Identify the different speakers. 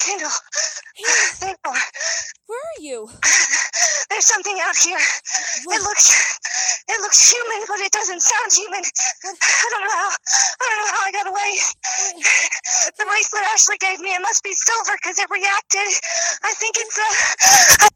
Speaker 1: too.
Speaker 2: Hey,
Speaker 1: There you are.
Speaker 2: where are you?
Speaker 1: There's something out here.
Speaker 2: What-
Speaker 1: It looks it looks human, but it doesn't sound human. I don't know how I don't know how I got away.
Speaker 2: wait,
Speaker 1: The bracelet Ashley gave me, it must be silver because it reacted. I think it's uh, I